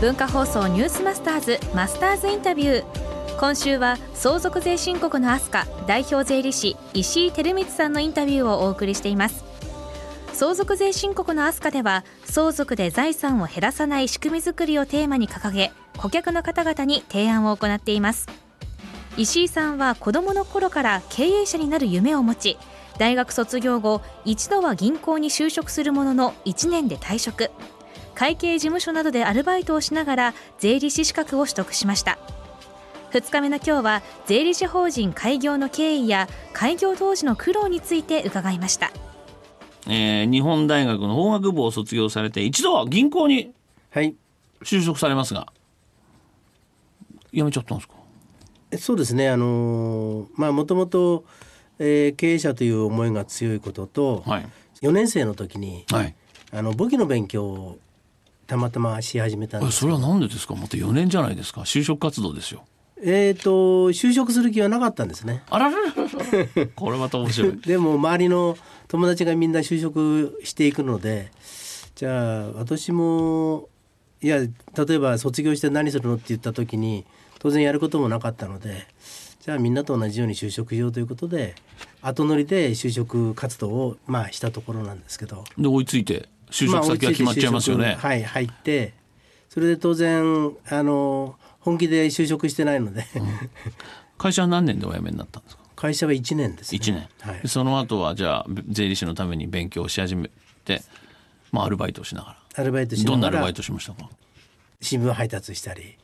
文化放送ニュースマスターズマスターズインタビュー今週は相続税申告のアスカ代表税理士石井照光さんのインタビューをお送りしています相続税申告のアスカでは相続で財産を減らさない仕組みづくりをテーマに掲げ顧客の方々に提案を行っています石井さんは子どもの頃から経営者になる夢を持ち大学卒業後一度は銀行に就職するものの1年で退職会計事務所などでアルバイトをしながら税理士資格を取得しました2日目の今日は税理士法人開業の経緯や開業当時の苦労について伺いましたえー日本大学の法学部を卒業されて一度は銀行にはい、就職されますが辞めちゃったんですかえそうですね。あのーまあもともと経営者という思いが強いことと、はい4年生の時に、はいあの簿記の勉強をたまたまし始めたんえです。それはなんでですかまた4年じゃないですか就職活動ですよえっ、と就職する気はなかったんですね。あららららこれまた面白い でも周りの友達がみんな就職していくので、じゃあ私もいや例えば卒業して何するのって言った時に当然やることもなかったので。じゃあみんなと同じように就職しようということで後乗りで就職活動をまあしたところなんですけどで追いついて就職先が決まっちゃいますよね、あ追いついて就職はい入ってそれで当然あの本気で就職してないので、会社は何年でお辞めになったんですか 会社は1年です、ね、 1年、はいで、その後はじゃあ税理士のために勉強し始めて、まあ、アルバイトをしながらアルバイトしどなんなアがルバイらトしましたか新聞配達したり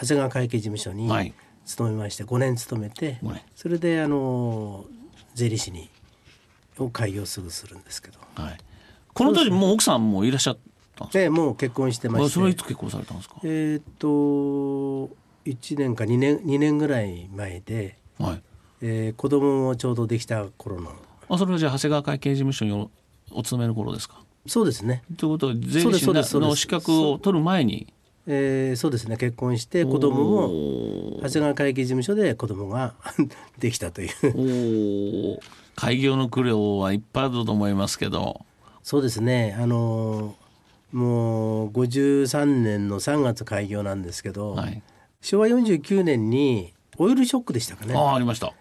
長谷川会計事務所にはい勤めまして5年勤めて、五年それであの税理士にを開業すぐするんですけどはいこの時もう奥さんもいらっしゃったんですかでもう結婚してまあそれはいしてつ結婚されたんですかえーっと1年か2年2年ぐらい前で、はいえー子供もちょうどできた頃のあそれはじゃあ長谷川会計事務所におお勤めの頃ですかそうですねということは税そう理です士そうなですそうですの資格を取る前にえーそうですね結婚して子供もおー長谷川会計事務所で子供が できたというおー開業の苦労はいっぱいあると思いますけどそうですねあのーもう53年の3月開業なんですけど、はい昭和49年にオイルショックでしたかあねあありました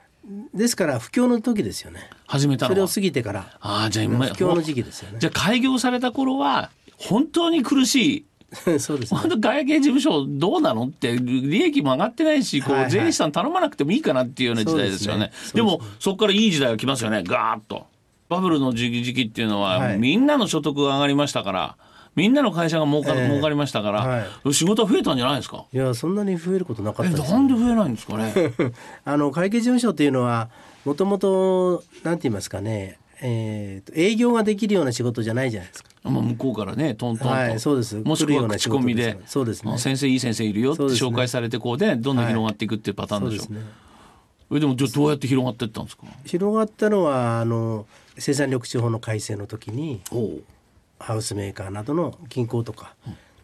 ですから不況の時ですよね始めたそれのをは過ぎてからああじゃあ不今況の時期ですよじゃあ開業された頃は本当に苦しいね そうですね本当外形事務所どうなのって利益も上がってないしこはいうはい税理士さん頼まなくてもいいかなっていうような時代ですよねそうですでねもそこからいい時代が来ますよねガーッとバブルの時期時期っていうのは、はいみんなの所得が上がりましたからみんなの会社が儲か,、ええ儲かりましたから、仕事は増えたんじゃないですかいやそんなに増えることなかっえたですねなんで増えないんですかね あの会計事務所というのはもともとなんて言いますかね、えーと営業ができるような仕事じゃないじゃないですか。まあ向こうからねトントンと、はいそうですもしく来るよはうな口仕コ事ミですでからそうですねあ先生いい先生いるよってそうですね紹介されてこうでどんどん広がっていくっていうパターンそうででしょ、すね。えでもじゃあどうやって広がっていったんですか広がったのはあの生産緑地法の改正の時におハウスメーカーなどの銀行とか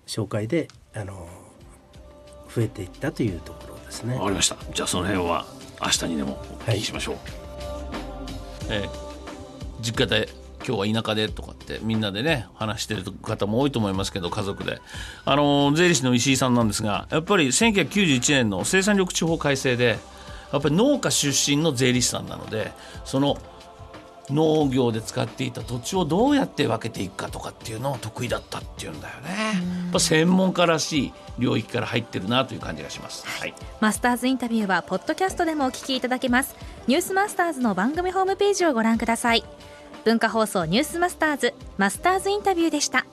紹介であの増えていったというところですねわ。かりましたじゃあその辺は明日にでもお聞きしましょう、えー実家で今日は田舎でとかってみんなでね話してる方も多いと思いますけど家族であのー税理士の石井さんなんですがやっぱり1991年の生産緑地法改正でやっぱり農家出身の税理士さんなのでその農業で使っていた土地をどうやって分けていくかとかっていうのを得意だったっていうんだよねやっぱ専門家らしい領域から入ってるなという感じがします。はいマスターズインタビューはポッドキャストでもお聞きいただけますニュースマスターズの番組ホームページをご覧ください文化放送ニュースマスターズマスターズインタビューでした